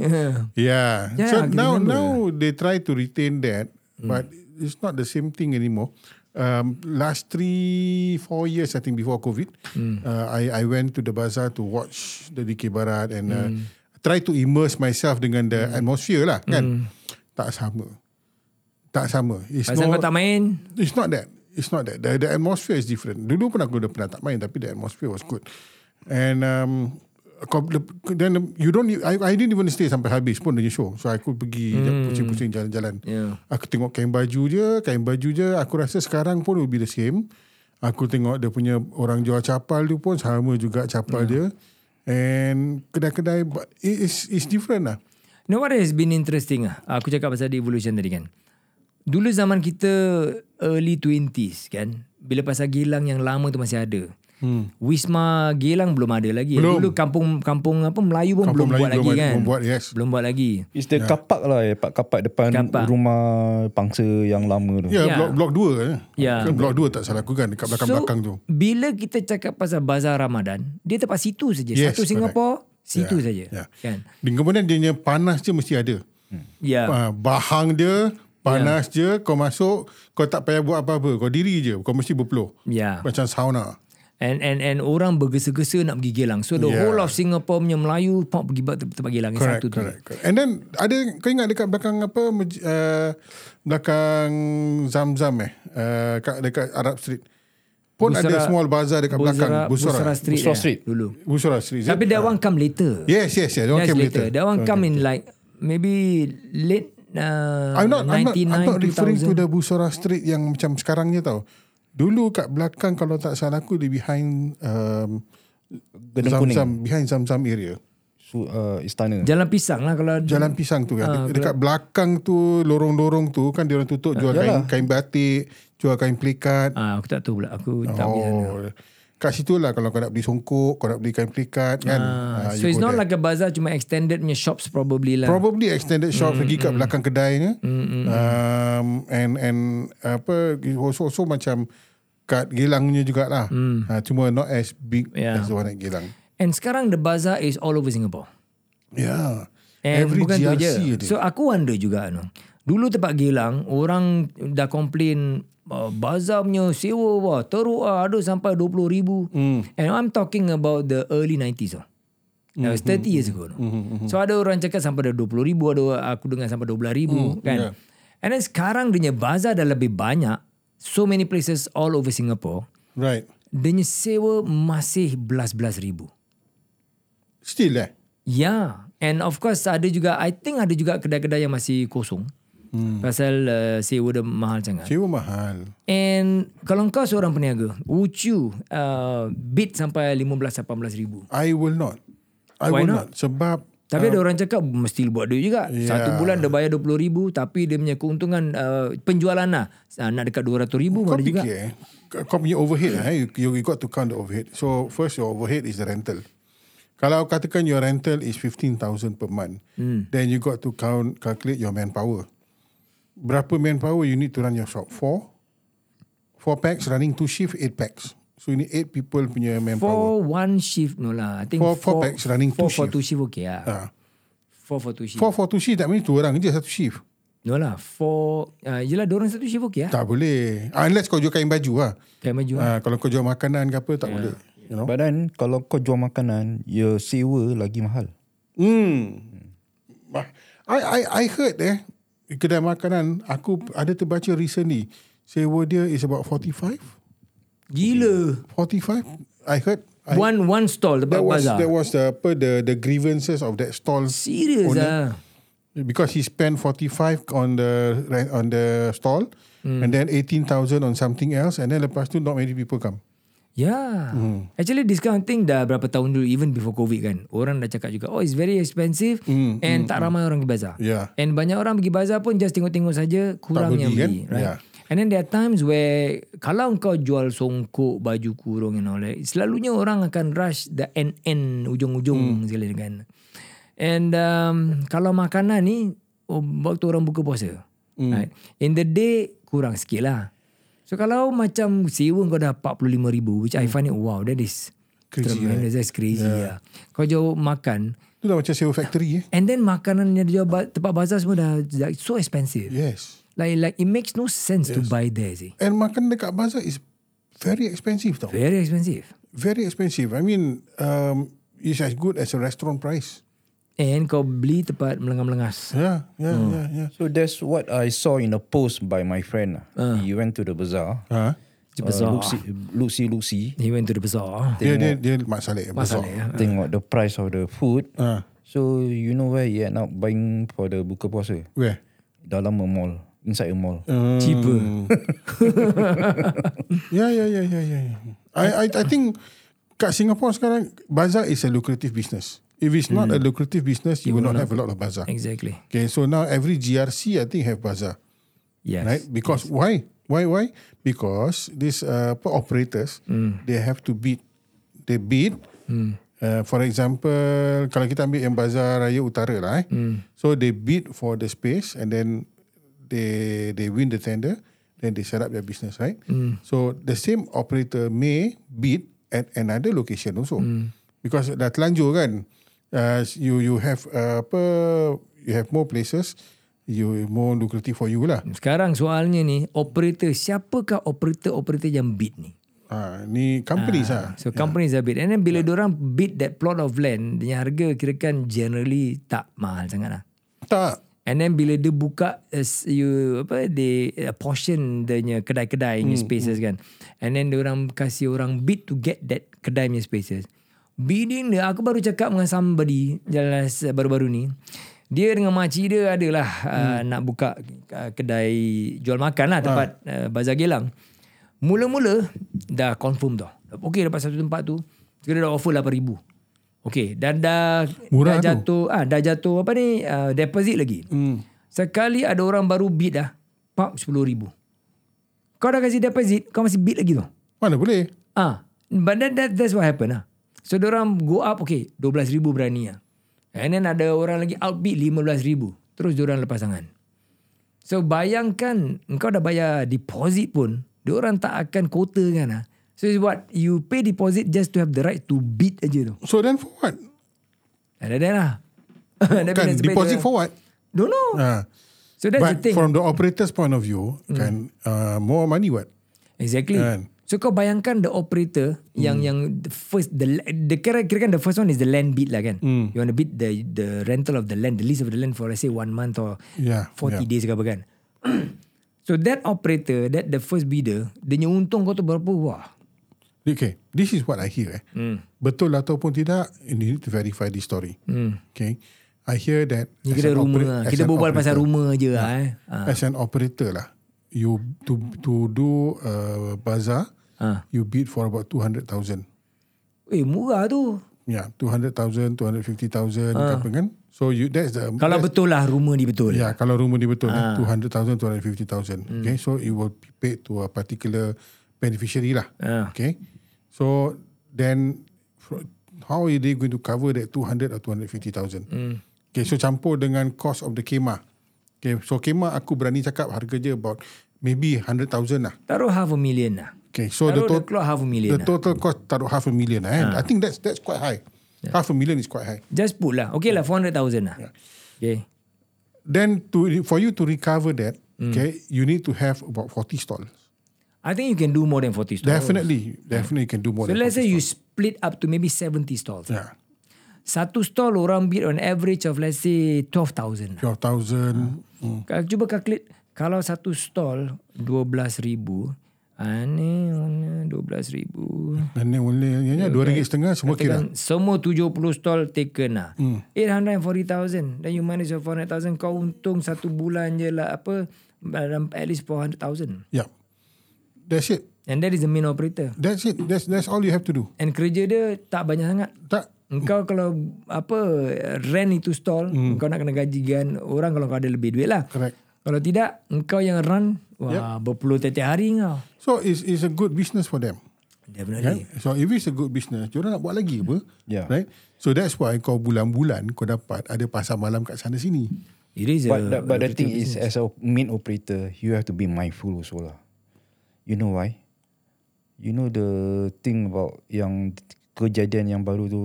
Speaker 2: Yeah.
Speaker 1: yeah.
Speaker 2: Yeah,
Speaker 1: So
Speaker 2: I can
Speaker 1: now
Speaker 2: remember. Mm.
Speaker 1: now they try to retain that. But it's not the same thing anymore. Um, last three, four years, I think before COVID,
Speaker 2: Mm.
Speaker 1: uh, I, I went to the bazaar to watch the DK Barat and uh,
Speaker 2: Mm.
Speaker 1: try to immerse myself dengan the atmosphere lah
Speaker 2: Mm.
Speaker 1: kan. Tak sama. Tak sama. It's
Speaker 2: Pasal
Speaker 1: not,
Speaker 2: kau tak main,
Speaker 1: It's not that. It's not that. The, the atmosphere is different. Dulu pun aku dah pernah tak main tapi the atmosphere was good. And um, kau- the- then um, you don't I, I didn't even stay sampai habis pun dia punya show. So aku pergi hmm. pusing-pusing jalan-jalan.
Speaker 2: Yeah.
Speaker 1: Aku tengok kain baju je, kain baju je. Aku rasa sekarang pun will be the same. Aku tengok dia punya orang jual capal tu pun sama juga capal yeah. dia. And kedai-kedai but it is is different lah.
Speaker 2: You know what has been interesting ah? Aku cakap pasal the evolution tadi kan. Dulu zaman kita early 20s kan. Bila pasal Gelang yang lama tu masih ada. Hmm. Wisma Gelang belum ada lagi.
Speaker 1: Belum.
Speaker 2: Dulu kampung kampung apa Melayu pun
Speaker 1: Kampung
Speaker 2: belum
Speaker 1: Melayu
Speaker 2: buat lagi
Speaker 1: belum ada-
Speaker 2: kan.
Speaker 1: belum buat, yes.
Speaker 2: Belum buat lagi.
Speaker 3: It's the kapak lah eh. Pak kapak depan
Speaker 2: Kapak.
Speaker 3: rumah pangsa yang lama tu.
Speaker 1: Ya, yeah,
Speaker 2: Yeah.
Speaker 1: yeah. blok blok 2 eh.
Speaker 2: Yeah.
Speaker 1: Kan blok 2 tak salah aku kan dekat belakang-belakang tu.
Speaker 2: bila kita cakap pasal bazar Ramadan, dia tempat situ saja.
Speaker 1: Yes, Ya,
Speaker 2: Satu Singapura, situ saja.
Speaker 1: yeah.
Speaker 2: Kan?
Speaker 1: Dan kemudian dia punya panas je mesti ada.
Speaker 2: Ya. Yeah.
Speaker 1: Ha, bahang dia, panas je, kau masuk, kau tak payah buat apa-apa. Kau diri je, kau mesti berpeluh.
Speaker 2: Ya.
Speaker 1: Macam sauna.
Speaker 2: And and and orang bergesa-gesa nak pergi Gelang. So the yeah.
Speaker 1: Yeah.
Speaker 2: whole of Singapore punya Melayu pak pergi ba- tempat Gelang yang
Speaker 1: Correct,
Speaker 2: satu tu.
Speaker 1: correct, correct. And then, ada, kau ingat dekat belakang apa, mej- uh, belakang Zamzam eh, uh, kat, dekat Arab Street. Pun Busara, ada
Speaker 2: Busara-
Speaker 1: small bazar dekat belakang.
Speaker 2: Busara, Busara, Busara Street,
Speaker 3: Busara
Speaker 2: eh,
Speaker 3: Street.
Speaker 2: dulu.
Speaker 1: Busara Street. ya?
Speaker 2: Tapi that one come later.
Speaker 1: yes, yes, yes. That one
Speaker 2: That's
Speaker 1: came
Speaker 2: later.
Speaker 1: later.
Speaker 2: That one come in like maybe late uh,
Speaker 1: I'm not, I'm not,
Speaker 2: 99,
Speaker 1: I'm not referring
Speaker 2: 2000.
Speaker 1: to the Busora Street yang macam sekarang ni tau. Dulu kat belakang kalau tak salah aku di behind um,
Speaker 3: Gedung kuning.
Speaker 1: Zamzam, behind Zamzam area.
Speaker 3: Su, uh, istana.
Speaker 2: Jalan Pisang lah kalau
Speaker 1: Jalan pisang tu kan.
Speaker 2: Ah,
Speaker 1: Dek- dekat belakang tu lorong-lorong tu kan dia orang tutup
Speaker 3: Ah,
Speaker 1: jual kain, kain batik, jual kain pelikat.
Speaker 2: Ah, aku tak tahu pula. Aku tak pergi sana.
Speaker 1: oh. Kat situ lah kalau kau nak beli songkok, kau nak beli kain pelikat kan. Ah,
Speaker 2: So
Speaker 1: you
Speaker 2: it's
Speaker 1: go
Speaker 2: not
Speaker 1: there.
Speaker 2: like a bazaar cuma extended punya shops probably lah.
Speaker 1: Probably extended shop lagi
Speaker 2: mm.
Speaker 1: kat belakang kedainya. Um, and and apa also, also macam kat Gelangnya jugalah. Ha, cuma not as big
Speaker 2: Mm. Yeah.
Speaker 1: as the one at Gelang.
Speaker 2: And sekarang the bazaar is all over Singapore.
Speaker 1: Yeah. Ya.
Speaker 2: And
Speaker 1: Every
Speaker 2: bukan tu
Speaker 1: GRC
Speaker 2: je.
Speaker 1: ada.
Speaker 2: So aku wonder juga Anu. Dulu tempat Gelang orang dah complain uh, bazar punya sewa wah teruk ah ada sampai 20 ribu. Mm. And I'm talking about the early 90s. Oh. That was 30 years ago. Mm-hmm. So ada orang cakap sampai dah 20 ribu, ada aku dengar sampai 12 ribu mm, kan. Yeah. And then sekarang dia punya bazar dah lebih banyak. So many places all over Singapore.
Speaker 1: Right.
Speaker 2: Dia punya sewa masih belas-belas ribu.
Speaker 1: Still eh.
Speaker 2: Yeah. Ya, And of course ada juga, I think ada juga kedai-kedai yang masih kosong. Hmm. Pasal uh, sewa dia mahal sangat.
Speaker 1: Sewa mahal.
Speaker 2: And kalau kau seorang peniaga, would you uh, bid sampai 15-18 ribu?
Speaker 1: I will not. I
Speaker 2: Why
Speaker 1: will not? Sebab
Speaker 2: Tapi
Speaker 1: Ah.
Speaker 2: ada orang cakap mesti buat duit juga.
Speaker 1: Ya.
Speaker 2: Yeah. Satu bulan dia bayar 20 ribu tapi dia punya keuntungan uh, penjualan lah. Uh, nak dekat 200 ribu
Speaker 1: kau
Speaker 2: ada juga.
Speaker 1: fikir eh, k- kau punya overhead eh, you, you, you got to count the overhead. So first your overhead is the rental. Kalau katakan your rental is 15,000 per month,
Speaker 2: Hmm.
Speaker 1: mm. then you got to count calculate your manpower. Berapa manpower you need to run your shop? Four? Four packs running two shift, eight packs. So you need eight people punya manpower.
Speaker 2: For one shift no lah. I think
Speaker 1: Four- four packs running
Speaker 2: four
Speaker 1: two
Speaker 2: for two shift okay lah.
Speaker 1: Ah.
Speaker 2: Four for two shift.
Speaker 1: Four for two shift tak boleh dua orang je satu shift.
Speaker 2: No lah. Four. Uh, yelah dorang satu shift okay lah.
Speaker 1: Tak boleh. Ah, Unless kau jual kain baju lah.
Speaker 2: Kayak maju lah.
Speaker 1: Ah, kalau kau jual makanan ke apa tak yeah. boleh. You know?
Speaker 3: But then kalau kau jual makanan, your sewa lagi mahal.
Speaker 1: Hmm. I I I heard eh kedai makanan aku ada terbaca recently sewa dia is about 45
Speaker 2: Gila.
Speaker 1: 45 I heard I,
Speaker 2: One one stall tempat
Speaker 1: that was
Speaker 2: bazar.
Speaker 1: that was the apa the the grievances of that stall Oh,
Speaker 2: Serious ah.
Speaker 1: because he spent 45 on the rent- on the stall mm. and then 18000 on something else and then lepas tu not many people come
Speaker 2: Yeah. Ya. Actually discounting dah berapa tahun dulu even before COVID kan. Orang dah cakap juga oh it's very expensive
Speaker 1: Hmm,
Speaker 2: mm, and tak ramai orang pergi bazar.
Speaker 1: Yeah.
Speaker 2: And banyak orang pergi bazar pun just tengok-tengok saja kurang
Speaker 1: pergi
Speaker 2: yang
Speaker 1: Ya. kan?
Speaker 2: beli, right?
Speaker 1: Yeah.
Speaker 2: And then there are times where kalau kau jual songkok, baju kurung and all that, selalunya orang akan rush the end-end, ujung-ujung mm. sekali kan. And um, kalau makanan ni, oh, waktu orang buka puasa. Mm. Right? In the day, kurang sikit lah. So kalau macam sewa kau dah 45 ribu, which mm. I find it, wow, that is
Speaker 1: Crazy,
Speaker 2: tremendous. That's crazy. Yeah. Yeah. Kau jauh makan,
Speaker 1: Tu dah macam sewa factory eh.
Speaker 2: and then makanan yang dia jual ba- tempat bazar semua dah, dah so expensive.
Speaker 1: Yes.
Speaker 2: Like like it makes no sense yes. to buy there sih.
Speaker 1: And makan dekat bazar is very expensive tau.
Speaker 2: Very expensive.
Speaker 1: Very expensive. I mean, um, it's as good as a restaurant price.
Speaker 2: And kau beli tempat melengah-melengas.
Speaker 1: Yeah, yeah, hmm. yeah, yeah.
Speaker 3: So that's what I saw in a post by my friend. Uh. He went to the bazaar.
Speaker 1: Ha?
Speaker 3: Uh,
Speaker 2: Di besar.
Speaker 3: Luxi, Luxi, Luxi.
Speaker 2: He went to the besar.
Speaker 1: Dia, dia, dia mak saleh. besar.
Speaker 2: Masalah ya.
Speaker 3: Tengok the price of the food.
Speaker 1: Ah.
Speaker 3: So you know where he end up buying for the buka puasa?
Speaker 1: Where?
Speaker 3: Dalam a mall. Inside a mall.
Speaker 1: Um,
Speaker 2: Cheaper.
Speaker 1: Yeah, yeah, yeah, yeah, yeah. yeah. ya, I, I, I think kat Singapore sekarang bazaar is a lucrative business. If it's not a lucrative business, you, will not have a lot of bazaar.
Speaker 2: Exactly.
Speaker 1: Okay, so now every GRC I think have bazaar,
Speaker 2: Yes.
Speaker 1: right? Because why? Why? Why? Because these uh, apa, operators
Speaker 2: Mm.
Speaker 1: they have to bid, they bid. Uh, for example, kalau kita ambil yang bazaar raya utara lah, eh.
Speaker 2: Mm.
Speaker 1: so they bid for the space and then they they win the tender, then they set up their business, right?
Speaker 2: Mm.
Speaker 1: So the same operator may bid at another location also,
Speaker 2: Mm.
Speaker 1: because dah terlanjur kan, uh, you you have uh, apa you have more places, you more lucrative for you lah.
Speaker 2: Sekarang soalnya ni operator siapakah operator-operator yang bid ni?
Speaker 1: Ah, ni companies ah.
Speaker 2: So companies are bid and then bila yeah. orang bid that plot of land, dia harga kirakan generally tak mahal sangat lah.
Speaker 1: Tak.
Speaker 2: And then bila dia buka as you apa they portion the nya kedai-kedai
Speaker 1: Hmm,
Speaker 2: punya spaces kan. And then dia orang kasih orang bid to get that kedai punya spaces. Bidding dia aku baru cakap dengan somebody jalan baru-baru ni. Dia dengan makcik dia adalah hmm. uh, nak buka uh, kedai jual makan
Speaker 1: Ah.
Speaker 2: lah tempat uh, Bazar Gelang. Mula-mula dah confirm tau. Okay dapat satu tempat tu. Sekiranya dah offer RM8,000. Okay dan dah,
Speaker 1: Murah
Speaker 2: dah
Speaker 1: tu.
Speaker 2: jatuh jatuh ah dah jatuh apa ni uh, deposit lagi. Hmm. Sekali ada orang baru bid dah pak 10000. Kau dah kasih deposit, kau masih bid lagi tu.
Speaker 1: Mana boleh?
Speaker 2: Ah, but that, that that's what happen lah. So orang go up okay 12000 berani ah. And then ada orang lagi outbid 15000. Terus orang lepas tangan. So bayangkan engkau dah bayar deposit pun, orang tak akan quota kan ah. So it's what you pay deposit just to have the right to bid aja tu.
Speaker 1: So then for what?
Speaker 2: Ada dah lah. Dah
Speaker 1: Kan
Speaker 2: bid-
Speaker 1: deposit for what?
Speaker 2: Don't know.
Speaker 1: Ah.
Speaker 2: So Oh, that's
Speaker 1: But
Speaker 2: the thing. Hmm.
Speaker 1: from the operator's point of view, kan uh, more money what?
Speaker 2: exactly.
Speaker 1: Kan. Hmm.
Speaker 2: So kau bayangkan the operator mm. yang yang the first the the kira kira kan the first one is the land bid lah kan.
Speaker 1: Hmm.
Speaker 2: Mm. You want to bid the the rental of the land, the lease of the land for let's say one month or
Speaker 1: Yeah, yeah.
Speaker 2: 40 days ke apa kan. so that operator, that the first bidder, dia punya untung kau tu berapa? Wah.
Speaker 1: Okay, this is what I hear. Eh.
Speaker 2: Hmm.
Speaker 1: Betul ataupun tidak, you need to verify this story. Okay, I hear that.
Speaker 2: Hmm. Ni
Speaker 1: as
Speaker 2: kira
Speaker 1: an
Speaker 2: rumah.
Speaker 1: opera-
Speaker 2: lah.
Speaker 1: as
Speaker 2: Kita
Speaker 1: an
Speaker 2: berbual pasal
Speaker 1: operator-
Speaker 2: rumah je lah eh. Ah.
Speaker 1: As an operator lah, you to to do uh, bazaar,
Speaker 2: Ah.
Speaker 1: you bid for about 200,000.
Speaker 2: Eh murah tu.
Speaker 1: Yeah, 200,000, 250,000 apa kan. So you that's the
Speaker 2: Ah. Kalau betul lah rumah ni betul.
Speaker 1: Ya,
Speaker 2: Ah.
Speaker 1: kalau rumah dia betul ha. 200,000 250,000. Hmm. Okay, so it will be paid to a particular beneficiary lah.
Speaker 2: Ah.
Speaker 1: Okay. So then fro- how are they going to cover that 200 or 250,000? Hmm. Okay, so campur dengan cost of the kemah. Okay, so kemah aku berani cakap harga dia about maybe 100,000 lah.
Speaker 2: Taruh half a million lah.
Speaker 1: Okay, so
Speaker 2: Taruh
Speaker 1: the,
Speaker 2: dah
Speaker 1: tot-
Speaker 2: keluar half a million
Speaker 1: the
Speaker 2: lah. Ah.
Speaker 1: total cost taruh half a million lah. Eh? I think that's that's quite high. Half a million is quite high.
Speaker 2: Just put lah. Okay lah 400,000 lah. Okay.
Speaker 1: Then to for you to recover that,
Speaker 2: Hmm.
Speaker 1: okay, you need to have about 40 stalls.
Speaker 2: I think you can do more than 40 stalls.
Speaker 1: Definitely, definitely you can do more.
Speaker 2: Oh. So
Speaker 1: than
Speaker 2: let's say
Speaker 1: 40.
Speaker 2: you split up to maybe 70 stalls.
Speaker 1: yeah,
Speaker 2: Satu stall orang bid on average of let's say 12,000.
Speaker 1: twelve
Speaker 2: Ah.
Speaker 1: thousand. hmm,
Speaker 2: Ka- Cuba calculate kalau satu stall 12,000 Ah, ni mana 12,000.
Speaker 1: Dan ni boleh, ya, ya, dua ringgit setengah semua kira.
Speaker 2: Kan semua 70 stall taken lah. Hmm. 840,000. Then you minus your 400,000. Kau untung satu bulan je lah apa. dalam At least 400,000.
Speaker 1: Yeah, that's it.
Speaker 2: And that is the main operator.
Speaker 1: That's it. That's that's all you have to do.
Speaker 2: And kerja dia tak banyak sangat.
Speaker 1: Tak
Speaker 2: Engkau kalau apa rent itu stall, hmm. engkau nak kena gajikan orang kalau kau ada lebih duit lah.
Speaker 1: correct.
Speaker 2: Kalau tidak, engkau yang run, wah yep. berpuluh tiap-tiap hari engkau.
Speaker 1: So it's it's a good business for them.
Speaker 2: Definitely.
Speaker 1: Right? So if it's a good business, diorang nak buat lagi apa?
Speaker 3: Yeah.
Speaker 1: Right? So that's why kau bulan-bulan kau dapat ada pasar malam kat sana sini.
Speaker 2: It is
Speaker 3: But,
Speaker 2: a,
Speaker 3: the, but the thing is, as a main operator, you have to be mindful also lah. You know why? You know the thing about yang kejadian yang baru tu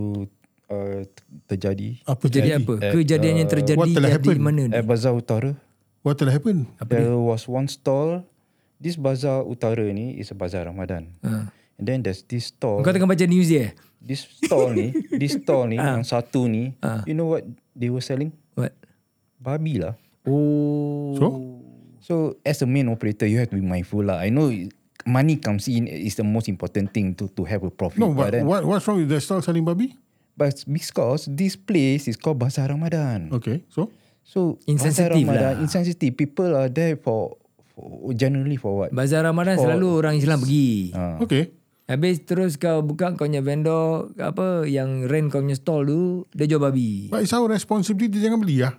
Speaker 3: uh, terjadi
Speaker 1: Apa
Speaker 2: jadi
Speaker 1: terjadi?
Speaker 2: apa? Kejadian yang terjadi
Speaker 1: what telah
Speaker 2: jadi
Speaker 1: happen?
Speaker 2: mana?
Speaker 3: at Bazar Utara.
Speaker 1: What will happen?
Speaker 3: there was one stall. This Bazar Utara ni is a Bazar Ramadan. And then there's this stall.
Speaker 2: Engkau tengah baca news je?
Speaker 3: This stall ni, this stall ni, yang satu ni, you know what they were selling?
Speaker 2: What?
Speaker 3: Babi lah.
Speaker 2: Oh.
Speaker 1: So
Speaker 3: So as a main operator, you have to be mindful lah. I know money comes in is the most important thing to to have a profit.
Speaker 1: no,
Speaker 2: Oh.
Speaker 1: but
Speaker 3: but then,
Speaker 1: what what's wrong with the stall selling babi?
Speaker 3: but because this place is called Bazar
Speaker 2: Hmm.
Speaker 3: Ramadan.
Speaker 1: Okay, so
Speaker 3: So
Speaker 2: Insensitive
Speaker 3: Bazar Ramadan,
Speaker 2: lah.
Speaker 3: Insensitive. People are there for, for generally for what?
Speaker 2: Bazar Ramadan selalu orang Islam pergi.
Speaker 1: uh. okay.
Speaker 2: Habis terus kau buka kau punya vendor apa yang rent kau punya stall tu dia jual babi.
Speaker 1: But it's our responsibility jangan beli lah.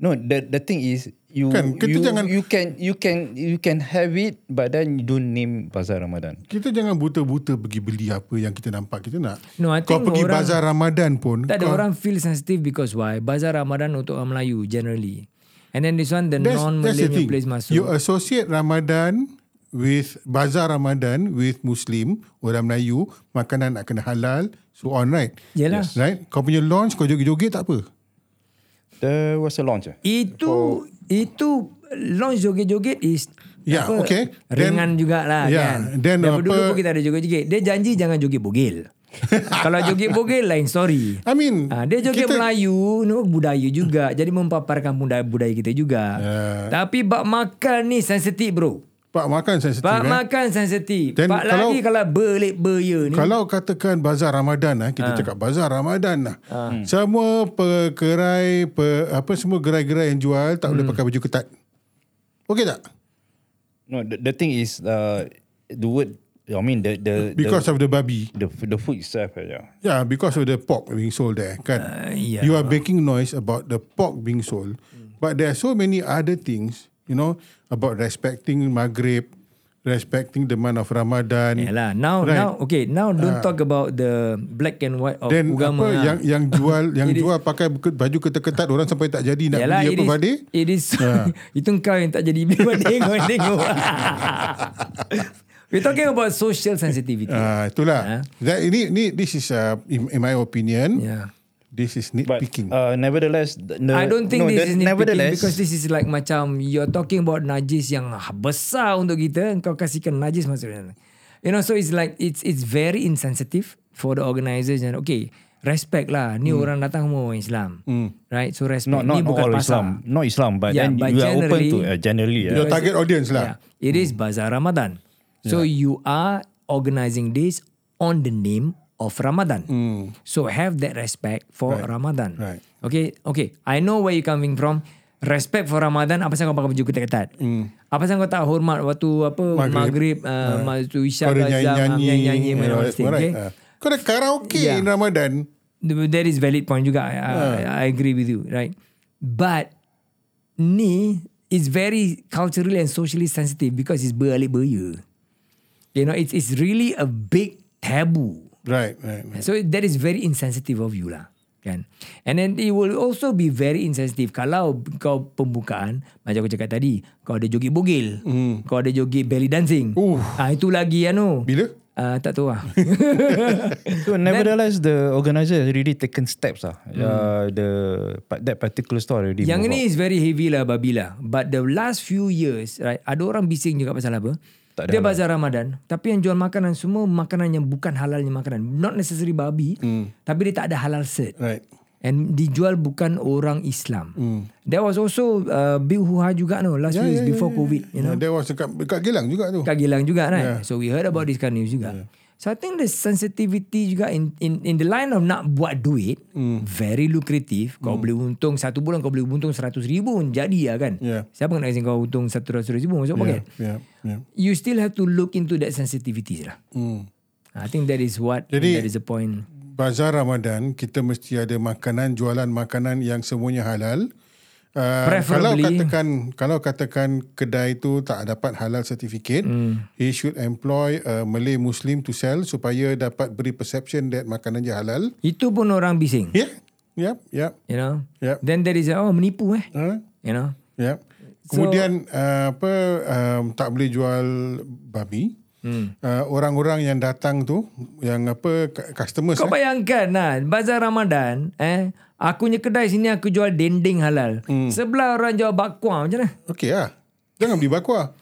Speaker 3: No, the the thing is you
Speaker 1: Kan, kita
Speaker 3: you,
Speaker 1: jangan-
Speaker 3: you can you can you can have it, but then you don't name Bazar Ramadan.
Speaker 1: Kita jangan buta-buta pergi beli apa yang kita nampak kita nak.
Speaker 2: No, I
Speaker 1: Kau
Speaker 2: think
Speaker 1: pergi
Speaker 2: orang-
Speaker 1: bazar Ramadan pun
Speaker 2: Tak ada
Speaker 1: kau,
Speaker 2: orang feel sensitive because why? Bazar Ramadan untuk orang Melayu generally. And then this one the
Speaker 1: That's, that's the
Speaker 2: non-Malay punya
Speaker 1: thing.
Speaker 2: place masuk.
Speaker 1: You uh, associate Ramadan with bazar Ramadan with Muslim, orang Melayu, makanan nak kena halal, so on right.
Speaker 2: Yelah.
Speaker 1: Yes. Right? Kau punya launch kau joget-joget tak apa.
Speaker 3: There was a launch. eh?
Speaker 1: oh.
Speaker 2: Itu itu launch joget-joget is
Speaker 1: Ya, okay. Then-
Speaker 2: Ringan jugalah
Speaker 1: Ya,
Speaker 2: kan.
Speaker 1: then
Speaker 2: Daripada dulu
Speaker 1: apa-
Speaker 2: pun kita ada joget-joget. Dia janji jangan joget bogel. Kalau joget bogel lain story.
Speaker 1: I mean,
Speaker 2: Ha, dia joget
Speaker 1: kita-
Speaker 2: Melayu, no, budaya juga. Jadi mempaparkan budaya, budaya kita juga.
Speaker 1: Ya.
Speaker 2: Tapi bak makan ni sensitif bro.
Speaker 1: Pak makan sensitif.
Speaker 2: Bak
Speaker 1: eh.
Speaker 2: makan sensitif.
Speaker 1: Then
Speaker 2: Bak
Speaker 1: kalau-
Speaker 2: lagi kalau belik beria ni.
Speaker 1: Kalau katakan bazar Ramadan ah kita cakap bazar Ramadan lah.
Speaker 2: Ah. Hmm.
Speaker 1: Semua pekerai pe, apa semua gerai-gerai yang jual tak boleh
Speaker 2: Hmm.
Speaker 1: pakai baju ketat. Okey tak?
Speaker 3: No, the, the thing is uh, the word. I mean the the
Speaker 1: Because of the babi.
Speaker 3: the, the the food itself. eh, Yeah.
Speaker 1: Yeah, because of the pork being sold there kan.
Speaker 2: yeah.
Speaker 1: You are making noise about the pork being sold.
Speaker 2: Hmm.
Speaker 1: But there are so many other things, you know, about respecting Maghrib, respecting the month of Ramadan.
Speaker 2: Yalah, lah. now
Speaker 1: Right. Ah.
Speaker 2: now okay, now don't talk about the black and white of
Speaker 1: Then apa
Speaker 2: agama. lah.
Speaker 1: yang yang jual yang jual pakai baju baju ketat-ketat orang sampai tak jadi nak
Speaker 2: Yalah,
Speaker 1: beli
Speaker 2: lah, it
Speaker 1: apa Ah.
Speaker 2: is,
Speaker 1: Fadi?
Speaker 2: It is. itu kau yang tak jadi beli badai kau yang tengok. We're talking about social sensitivity.
Speaker 1: Ah itulah.
Speaker 2: Ya.
Speaker 1: That ini ni this is uh, in, in my opinion.
Speaker 2: yeah.
Speaker 1: This is
Speaker 3: But
Speaker 1: nitpicking.
Speaker 3: uh, nevertheless, the, the-
Speaker 2: I don't think
Speaker 3: no,
Speaker 2: this is
Speaker 3: the-
Speaker 2: nitpicking
Speaker 3: nevertheless
Speaker 2: because this is like macam you're talking about najis yang besar untuk kita kau kasihkan najis maksudnya. You know so it's like it's it's very insensitive for the organisation. Okay, respect lah. Ni
Speaker 1: Hmm.
Speaker 2: orang datang semua orang Islam. Right? So respect.
Speaker 3: not
Speaker 2: Ni
Speaker 3: not
Speaker 2: bukan
Speaker 3: all
Speaker 2: pasar.
Speaker 3: Islam, not Islam, but
Speaker 2: Yeah,
Speaker 3: then
Speaker 2: but
Speaker 3: you are open to
Speaker 2: generally-
Speaker 3: uh, generally. Yeah.
Speaker 1: Your target audience
Speaker 2: Yeah.
Speaker 1: lah.
Speaker 2: It is Bazaar Ramadan. So you are organizing this on the name of Ramadan. So have that respect for Ramadan.
Speaker 1: Hmm. Right.
Speaker 2: Okay, okay. I know where you coming from. Respect for Ramadan apa pasal kau pakai baju ketat-ketat?
Speaker 1: Hmm.
Speaker 2: Apa pasal kau tak hormat waktu apa maghrib, maghrib uh, waktu isya
Speaker 1: Kau ada nyanyi-nyanyi.
Speaker 2: nyanyi
Speaker 1: you know,
Speaker 2: yeah,
Speaker 1: all right.
Speaker 2: okay? Ya.
Speaker 1: Ah. Kau ada karaoke
Speaker 2: Yeah.
Speaker 1: in Ramadan.
Speaker 2: That is valid point juga. I, I, I agree with you, right? But ni is very culturally and socially sensitive because it's beralik beria. You know, it's it's really a big taboo.
Speaker 1: Right, right. right.
Speaker 2: So that is very insensitive of you lah. Kan? And then it will also be very insensitive kalau kau pembukaan macam aku cakap tadi, kau ada joget bogil, mm. kau ada joget belly dancing.
Speaker 1: Uh.
Speaker 2: Ah itu lagi anu.
Speaker 1: Bila?
Speaker 2: Ah tak tahu lah.
Speaker 3: So nevertheless, the organizer has really taken steps lah. Uh, the but that particular store already.
Speaker 2: Yang
Speaker 3: move
Speaker 2: ni
Speaker 3: up.
Speaker 2: is very heavy lah babi lah. But the last few years, right, ada orang bising juga pasal apa?
Speaker 3: Tak ada lah.
Speaker 2: Dia bazar Ramadan, tapi yang jual makanan semua makanan yang bukan halalnya makanan. Not necessary babi,
Speaker 3: Hmm.
Speaker 2: tapi dia tak ada halal cert.
Speaker 1: Right.
Speaker 2: And dijual bukan orang Islam.
Speaker 3: Hmm.
Speaker 2: There was also uh, big hoo-ha juga no last
Speaker 3: Ya,
Speaker 2: few years before COVID, you know.
Speaker 1: There was dekat, dekat Gelang juga tu.
Speaker 2: Kat Gilang juga right. So we heard about this kind of news juga. So I think the sensitivity juga in in in the line of nak buat duit
Speaker 1: Mm.
Speaker 2: very lucrative. Kau boleh untung satu bulan kau boleh untung 100 ribu pun jadi lah kan.
Speaker 1: Yeah.
Speaker 2: Siapa nak kasi kau untung 100 ribu masuk
Speaker 1: Yeah,
Speaker 2: poket?
Speaker 1: yeah, yeah.
Speaker 2: You still have to look into that sensitivity lah.
Speaker 1: ya. Hmm.
Speaker 2: I think that is what
Speaker 1: Jadi-
Speaker 2: that is the point.
Speaker 1: Bazar Ramadan kita mesti ada makanan jualan makanan yang semuanya halal. Uh, kalau
Speaker 2: Preferably.
Speaker 1: katakan kalau katakan kedai tu tak dapat halal certificate, mm.
Speaker 2: Hmm.
Speaker 1: he should employ a Malay Muslim to sell supaya dapat beri perception that makanan dia halal. Ya,
Speaker 2: Itu pun orang bising.
Speaker 1: Yeah. Yep, yep.
Speaker 2: You know.
Speaker 1: Yep.
Speaker 2: Then there is oh menipu eh.
Speaker 1: Huh?
Speaker 2: You know.
Speaker 1: Yep. Ha, ya. Kemudian uh, apa um, tak boleh jual babi. Hmm. Uh, orang-orang yang datang tu yang apa cu- customers
Speaker 2: Kau
Speaker 1: eh.
Speaker 2: bayangkan lah Bazar Ramadan eh, Akunya kedai sini Aku jual dendeng halal
Speaker 1: Hmm.
Speaker 2: Sebelah orang jual bakwan Macam mana
Speaker 1: Okey lah. Jangan beli bakwa.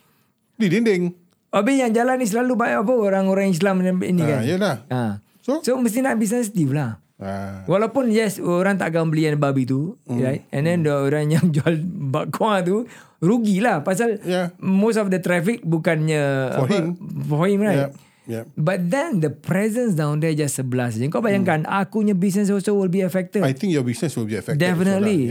Speaker 1: Beli dinding.
Speaker 2: Habis yang jalan ni Selalu banyak apa Orang-orang Islam ni ni kan
Speaker 1: Ah, yelah.
Speaker 2: ha.
Speaker 1: So?
Speaker 2: so, so mesti nak be sensitive lah
Speaker 1: Ah,
Speaker 2: Walaupun yes Orang tak akan beli yang babi tu
Speaker 1: Hmm.
Speaker 2: right? And then the orang yang jual bakwan tu Rugilah Pasal
Speaker 1: Yeah.
Speaker 2: Most of the traffic Bukannya
Speaker 1: Ya. For
Speaker 2: apa,
Speaker 1: him. Ya.
Speaker 2: For him right
Speaker 1: yep, yep.
Speaker 2: But then the presence down there just sebelah saja. Kau bayangkan
Speaker 1: Hmm.
Speaker 2: akunya business also will be affected.
Speaker 1: I think your business will be affected.
Speaker 2: Definitely.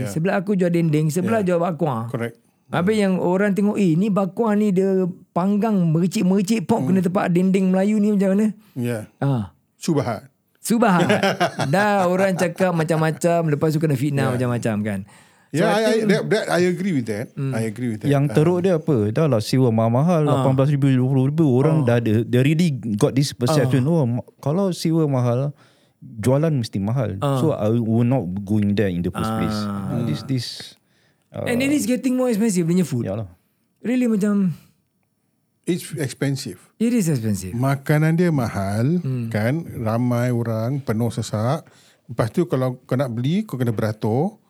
Speaker 1: also lah.
Speaker 2: Sebelah aku jual dinding, sebelah jual
Speaker 1: Yeah.
Speaker 2: bakwan.
Speaker 1: Correct.
Speaker 2: Habis yang orang tengok, eh ni bakwan ni dia panggang mericik-mericik pop
Speaker 1: Hmm.
Speaker 2: kena tempat dinding Melayu ni macam mana?
Speaker 1: Yeah.
Speaker 2: Ah.
Speaker 1: Subahat.
Speaker 2: Subhan. Dah orang cakap macam-macam, lepas tu kena fitnah macam-macam kan.
Speaker 1: Yeah, I, I, that, that, I agree with that. I agree with that.
Speaker 3: Yang teruk dia apa? Dah lah sewa mahal-mahal
Speaker 2: Ah.
Speaker 3: RM18,000, RM20,000 orang dah ada, they really got this perception
Speaker 2: Ah.
Speaker 3: oh ma- kalau sewa mahal jualan mesti mahal.
Speaker 2: Ah.
Speaker 3: So I will not going there in the first place. Uh, this this ya lah. uh,
Speaker 2: And it is getting more expensive punya food.
Speaker 3: yalah.
Speaker 2: Really macam,
Speaker 1: It's expensive.
Speaker 2: it is expensive.
Speaker 1: Makanan dia mahal, kan? Ramai orang, penuh sesak. Lepas tu kalau kau nak beli, kau kena beratur.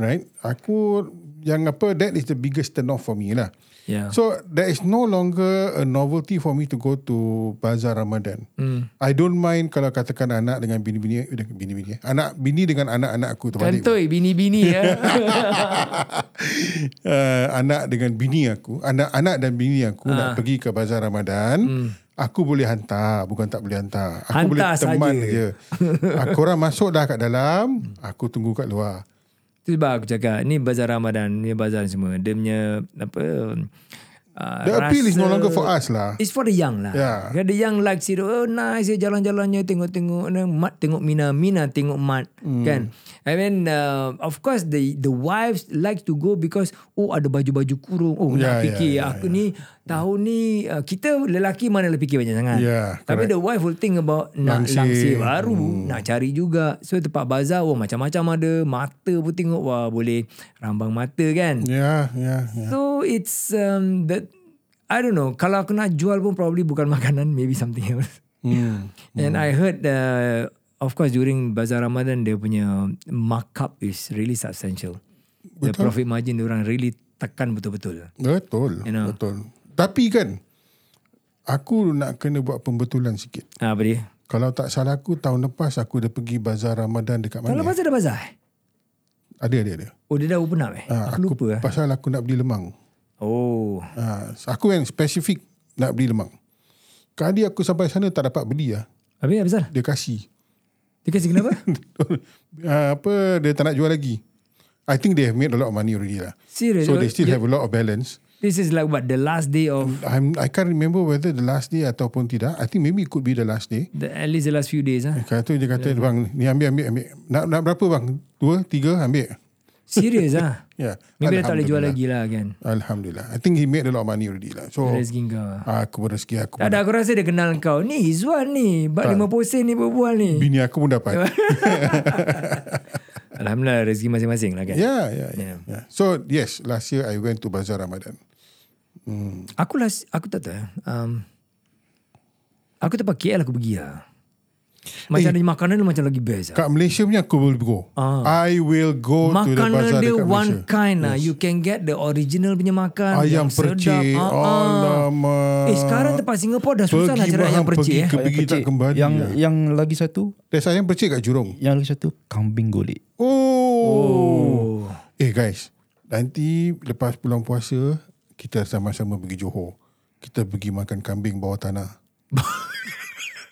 Speaker 1: Right? Aku, yang apa, that is the biggest turn off for me lah.
Speaker 2: Yeah.
Speaker 1: So there is no longer a novelty for me to go to Bazar Ramadan.
Speaker 2: Hmm.
Speaker 1: Mm. I don't mind kalau katakan anak dengan bini-bini dengan bini-bini. eh. Anak bini dengan anak-anak aku terbalik.
Speaker 2: Kantoi bini-bini ya.
Speaker 1: uh, anak dengan bini aku, anak-anak dan bini aku nak
Speaker 2: Ah.
Speaker 1: pergi ke Bazar Ramadan. Aku boleh hantar, bukan tak boleh hantar. Aku
Speaker 2: Hmm. Hantar
Speaker 1: boleh teman
Speaker 2: saja.
Speaker 1: je. Aku orang masuk dah kat dalam, aku tunggu kat luar.
Speaker 2: Itu sebab aku cakap ni bazar Ramadan, ni bazar ni semua. Dia punya apa uh,
Speaker 1: The appeal is no longer for us lah.
Speaker 2: It's for the young lah.
Speaker 1: Yeah.
Speaker 2: Kan the young like see oh nice dia jalan-jalannya tengok-tengok ni, mat tengok Mina, Mina tengok mat
Speaker 1: Hmm.
Speaker 2: kan. I mean uh, of course the the wives like to go because oh ada baju-baju kurung. Oh
Speaker 1: Yeah,
Speaker 2: yeah, nak
Speaker 1: yeah,
Speaker 2: fikir
Speaker 1: yeah,
Speaker 2: aku ni tahun ni uh, kita lelaki mana lebih fikir banyak sangat.
Speaker 1: Yeah,
Speaker 2: Tapi the wife will think about nak
Speaker 1: Langsir. Hmm.
Speaker 2: langsir, baru nak cari juga. So tempat bazar wah macam-macam ada. Mata pun tengok wah boleh rambang mata kan.
Speaker 1: Ya, ya, ya.
Speaker 2: So it's um, that I don't know. Kalau aku nak jual pun probably bukan makanan, maybe something else.
Speaker 1: Hmm.
Speaker 2: And I heard uh, of course during bazar Ramadan dia punya markup is really substantial. The profit margin dia orang really tekan betul-betul.
Speaker 1: Betul,
Speaker 2: You know.
Speaker 1: betul. Tapi kan aku nak kena buat pembetulan sikit.
Speaker 2: Ah, apa dia?
Speaker 1: Kalau tak salah aku tahun lepas aku dah pergi bazar Ramadan dekat mana?
Speaker 2: Kalau bazar ada bazar. eh?
Speaker 1: Ada ada ada.
Speaker 2: Oh dia dah open up eh?
Speaker 1: Ha,
Speaker 2: aku, lupa eh.
Speaker 1: Pasal aku nak beli lemang.
Speaker 2: Oh.
Speaker 1: Ha, aku yang spesifik nak beli lemang. Kali aku sampai sana tak dapat beli lah.
Speaker 2: Habis apa pasal?
Speaker 1: Dia kasih.
Speaker 2: Dia kasi kenapa?
Speaker 1: Ah, apa dia tak nak jual lagi. I think they have made a lot of money already lah.
Speaker 2: Serious?
Speaker 1: So they still have a lot of balance.
Speaker 2: This is like what the last day of
Speaker 1: I'm, I can't remember whether the last day ataupun tidak. I think maybe it could be the last day.
Speaker 2: the, at least the last few days ah.
Speaker 1: Kata tu dia kata bang ni ambil ambil ambil. Nak nak berapa bang? Dua, tiga ambil.
Speaker 2: Serious ah.
Speaker 1: Ya. Yeah.
Speaker 2: Maybe dia tak boleh jual
Speaker 1: Alhamdulillah.
Speaker 2: lagi lah kan.
Speaker 1: Alhamdulillah. I think he made a lot of money already lah. So
Speaker 2: Rezeki kau. ah.
Speaker 1: aku berrezeki aku.
Speaker 2: Tak ada aku rasa dia kenal kau. Ni Izwan ni. Bak 50 sen ni berbual ni.
Speaker 1: Bini aku pun dapat.
Speaker 2: Alhamdulillah rezeki masing-masing lah kan. Yeah.
Speaker 1: Yeah, yeah, yeah, yeah. ya, So yes, last year I went to Bazar Ramadan.
Speaker 2: Aku last, aku tak tahu. eh. Um, aku tempat KL aku pergi lah.
Speaker 1: Eh.
Speaker 2: Macam ada makanan dia macam lagi best lah.
Speaker 1: Kat Malaysia punya aku will go. Ah. I will go to the bazar
Speaker 2: Makanan dia
Speaker 1: dekat
Speaker 2: one
Speaker 1: Malaysia.
Speaker 2: kind lah. You can get the original punya makan.
Speaker 1: Ayam
Speaker 2: yang sedap.
Speaker 1: percik.
Speaker 2: Ah, ah.
Speaker 1: Alamak.
Speaker 2: Eh sekarang tempat Singapura dah susah nak
Speaker 1: Pergi
Speaker 2: cari ayam
Speaker 1: Bahang,
Speaker 2: percik
Speaker 1: pergi
Speaker 2: eh.
Speaker 1: ke pergi tak
Speaker 3: Kecil.
Speaker 1: kembali. ya.
Speaker 3: yang
Speaker 1: Yang,
Speaker 3: yang lagi satu,
Speaker 1: There's ayam percik kat Jurong.
Speaker 3: yang lagi satu kambing golek.
Speaker 1: Oh. Eh guys, nanti lepas pulang puasa, kita sama-sama pergi Johor. Kita pergi makan kambing bawah tanah.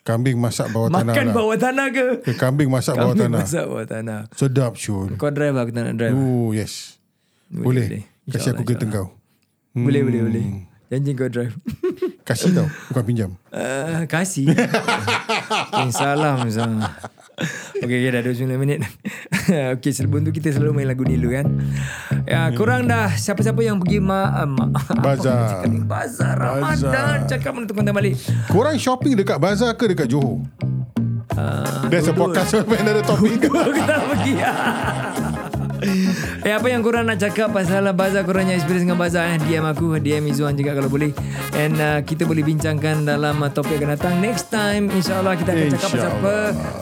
Speaker 1: Kambing masak bawah tanah
Speaker 2: Makan
Speaker 1: lah.
Speaker 2: bawah tanah
Speaker 1: Eh,
Speaker 2: ke?
Speaker 1: Kambing masak bawah
Speaker 2: Kambing
Speaker 1: tanah.
Speaker 2: masak bawah tanah.
Speaker 1: Sedap Syul.
Speaker 2: Kau drive lah, aku tak nak drive.
Speaker 1: Oh yes. Boleh.
Speaker 2: boleh.
Speaker 1: Kasih aku Hmm. kereta kau.
Speaker 2: Boleh, boleh, boleh. Janji kau drive.
Speaker 1: Kasih tau. Bukan pinjam.
Speaker 2: uh, kasih. okay, salam. salam. Okay, okay, dah 29 minit. okay, sebelum tu kita selalu main lagu ni dulu kan. Ya, korang dah, siapa-siapa yang pergi ma... Uh, ma
Speaker 1: Bazar.
Speaker 2: Bazar Ramadan. Cakap mana tu konten balik.
Speaker 1: Korang shopping dekat bazar ke dekat Johor?
Speaker 2: Ah,
Speaker 1: Uh, There's a podcast with another topic.
Speaker 2: Aku tak pergi Eh apa yang korang nak cakap Pasal bazar korang yang experience dengan bazar eh? DM aku DM Izzuan juga kalau boleh And uh, kita boleh bincangkan Dalam uh, topik akan datang Next time InsyaAllah kita akan cakap Pasal apa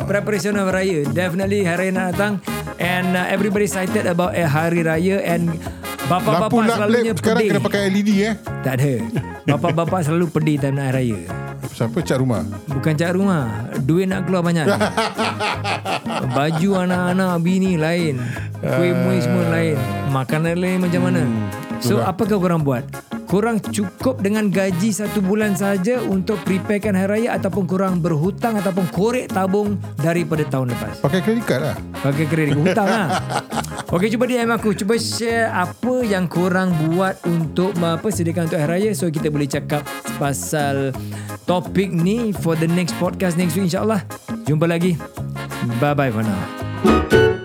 Speaker 2: Preparation of Raya Definitely hari raya nak datang And uh, everybody excited about eh, Hari Raya And
Speaker 1: Lampu
Speaker 2: Bapak-bapak
Speaker 1: nak
Speaker 2: selalunya
Speaker 1: lap sekarang kena
Speaker 2: pedih
Speaker 1: pakai LED eh.
Speaker 2: Tak ada Bapak-bapak selalu pedih Time nak hari raya
Speaker 1: Siapa cat rumah?
Speaker 2: Bukan cat rumah Duit nak keluar banyak Baju anak-anak Bini lain Kuih-muih semua lain Makanan lain macam mana So
Speaker 1: itulah.
Speaker 2: apakah korang buat Korang cukup dengan gaji satu bulan saja Untuk preparekan hari raya Ataupun korang berhutang Ataupun korek tabung Daripada tahun lepas
Speaker 1: Pakai credit card lah.
Speaker 2: Pakai kredit hutang lah Okay cuba DM aku Cuba share apa yang korang buat Untuk apa sediakan untuk hari raya So kita boleh cakap pasal topik ni For the next podcast next week insyaAllah Jumpa lagi Bye bye for now